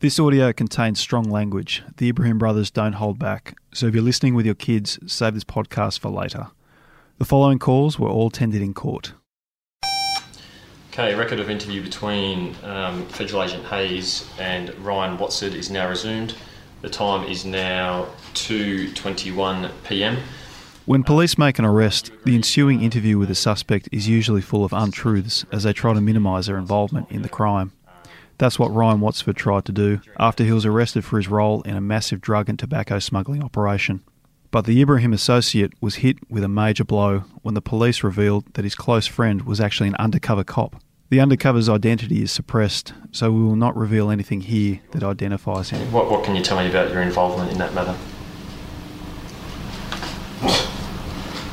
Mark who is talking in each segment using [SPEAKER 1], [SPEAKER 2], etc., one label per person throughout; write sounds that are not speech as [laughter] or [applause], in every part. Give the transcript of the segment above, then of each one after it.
[SPEAKER 1] This audio contains strong language. The Ibrahim brothers don't hold back. So if you're listening with your kids, save this podcast for later. The following calls were all tendered in court.
[SPEAKER 2] Okay, record of interview between um, Federal Agent Hayes and Ryan Watson is now resumed. The time is now 2:21 p.m.
[SPEAKER 1] When police make an arrest, the ensuing interview with the suspect is usually full of untruths as they try to minimise their involvement in the crime. That's what Ryan Watsford tried to do after he was arrested for his role in a massive drug and tobacco smuggling operation. But the Ibrahim associate was hit with a major blow when the police revealed that his close friend was actually an undercover cop. The undercover's identity is suppressed, so we will not reveal anything here that identifies him.
[SPEAKER 2] What, what can you tell me about your involvement in that matter?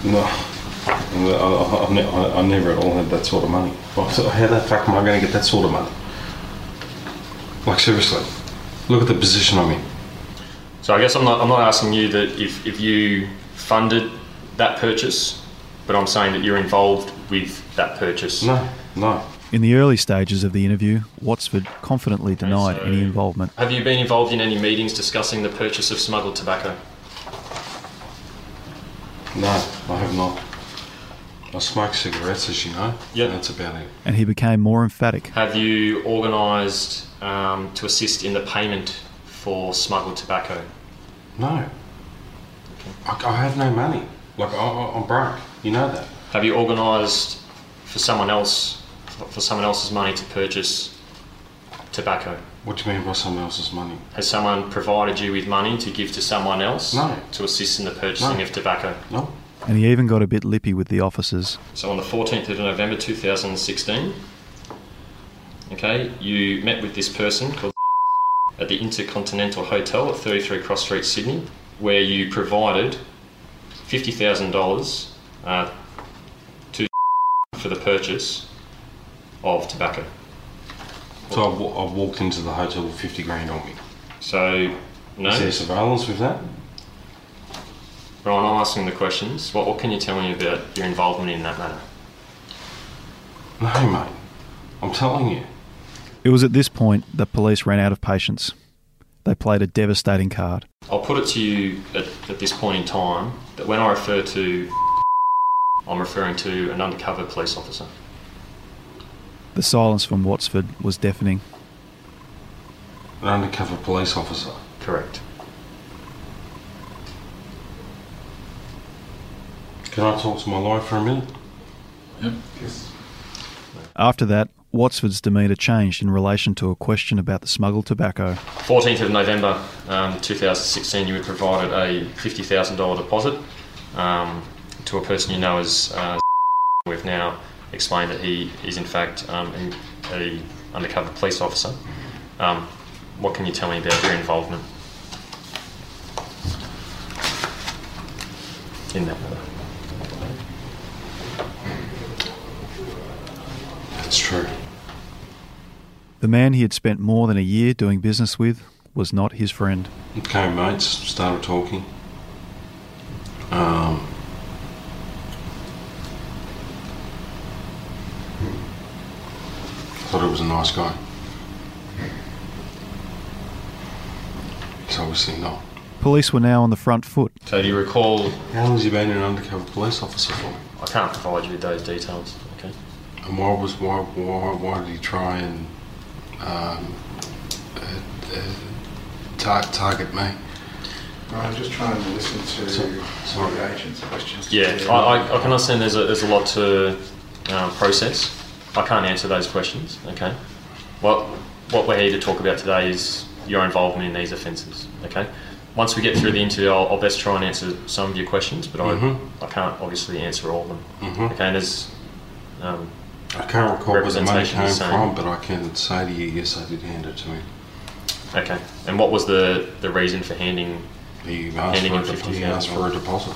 [SPEAKER 3] No. I, I, I, ne- I- I never at all had that sort of money. Well, so how the fuck am I going to get that sort of money? Like, seriously. Look at the position I'm in.
[SPEAKER 2] So I guess I'm not, I'm not asking you that if, if you funded that purchase, but I'm saying that you're involved with that purchase.
[SPEAKER 3] No, no.
[SPEAKER 1] In the early stages of the interview, Watsford confidently denied
[SPEAKER 2] so-
[SPEAKER 1] any involvement.
[SPEAKER 2] Have you been involved in any meetings discussing the purchase of smuggled tobacco?
[SPEAKER 3] No, I have not. I smoke cigarettes, as you know.
[SPEAKER 2] Yeah.
[SPEAKER 3] And that's about it.
[SPEAKER 1] And he became more emphatic.
[SPEAKER 2] Have you organised um, to assist in the payment for smuggled tobacco?
[SPEAKER 3] No. I, I have no money. Like, I, I, I'm broke. You know that.
[SPEAKER 2] Have you organised for someone else for someone else's money to purchase tobacco?
[SPEAKER 3] What do you mean by someone else's money?
[SPEAKER 2] Has someone provided you with money to give to someone else
[SPEAKER 3] No.
[SPEAKER 2] to assist in the purchasing
[SPEAKER 3] No.
[SPEAKER 2] of tobacco?
[SPEAKER 3] No.
[SPEAKER 1] And he even got a bit lippy with the officers.
[SPEAKER 2] So on the 14th of November 2016, okay, you met with this person called at the Intercontinental Hotel at 33 Cross Street, Sydney, where you provided $50,000 uh, to for the purchase of tobacco.
[SPEAKER 3] So I, wa- I walked into the hotel with 50 grand on me.
[SPEAKER 2] So, no,
[SPEAKER 3] Is there
[SPEAKER 2] Ryan,
[SPEAKER 3] surveillance with that?
[SPEAKER 2] I'm asking the questions. What, what can you tell me about your involvement in that matter?
[SPEAKER 3] No, mate. I'm telling you.
[SPEAKER 1] It was at this point that police ran out of patience. They played a devastating card.
[SPEAKER 2] I'll put it to you at, at this point in time that when I refer to I'm referring to an undercover police officer.
[SPEAKER 1] The silence from Watsford was deafening.
[SPEAKER 3] An undercover police officer.
[SPEAKER 2] Correct.
[SPEAKER 3] Can I talk to my lawyer for a minute?
[SPEAKER 1] After that, Watsford's demeanour changed in relation to a question about the smuggled tobacco.
[SPEAKER 2] 14th of November um, 2016, you had provided a $50,000 deposit um, to a person you know as. Uh, we've now explained that he is, in fact, um, an a undercover police officer. Um, what can you tell me about your involvement in that matter?
[SPEAKER 3] That's true.
[SPEAKER 1] The man he had spent more than a year doing business with was not his friend.
[SPEAKER 3] Okay, mates, started talking. Um, thought it was a nice guy. He's obviously not.
[SPEAKER 1] Police were now on the front foot.
[SPEAKER 2] So, do you recall?
[SPEAKER 3] How long has he been an undercover police officer for?
[SPEAKER 2] I can't provide you with those details. Okay.
[SPEAKER 3] And why was why why why did he try and um, uh, uh, tar- target me?
[SPEAKER 4] I'm just trying to listen
[SPEAKER 3] So-
[SPEAKER 4] to
[SPEAKER 3] sorry.
[SPEAKER 4] the agent's questions.
[SPEAKER 2] Yeah, I, I, I can understand there's a, there's a lot to um, process. I can't answer those questions, okay? What, what we're here to talk about today is your involvement in these offences, okay? Once we get through the interview, I'll, I'll best try and answer some of your questions, but
[SPEAKER 3] Mhm.
[SPEAKER 2] I, I can't obviously answer all of them.
[SPEAKER 3] Mhm.
[SPEAKER 2] Okay, and there's, um,
[SPEAKER 3] I can't recall where the money
[SPEAKER 2] Representation
[SPEAKER 3] came
[SPEAKER 2] is
[SPEAKER 3] from, but I can say to you, yes, I did hand it to him.
[SPEAKER 2] okay. And what was the, the reason for handing,
[SPEAKER 3] He asked,
[SPEAKER 2] Handing
[SPEAKER 3] for a,
[SPEAKER 2] him
[SPEAKER 3] depo- he
[SPEAKER 2] $50,000.
[SPEAKER 3] asked for a deposit.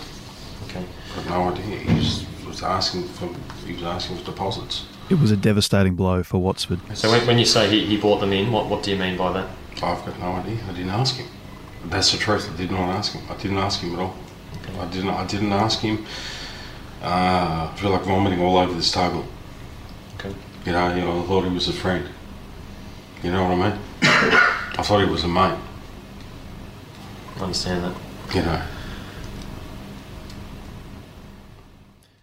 [SPEAKER 2] okay?
[SPEAKER 3] I've no idea. He just was asking for he was asking for deposits.
[SPEAKER 1] It was a devastating blow for Watsford.
[SPEAKER 2] So when, when you say he, he brought them in, what, what do you mean by that?
[SPEAKER 3] I've got no idea. I didn't ask him. That's the truth. I did not ask him. I didn't ask him at all. I didn't. I didn't ask him. Uh, I feel like vomiting all over this table.
[SPEAKER 2] Okay.
[SPEAKER 3] You know, you know, I thought he was a friend. You know what I mean? [coughs] I thought he was a mate,
[SPEAKER 2] I understand that.
[SPEAKER 3] you know.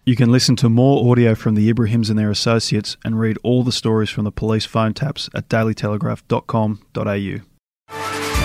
[SPEAKER 1] You can listen to more audio from the Ibrahims and their associates and read all the stories from the police phone taps at dailytelegraph.com.au.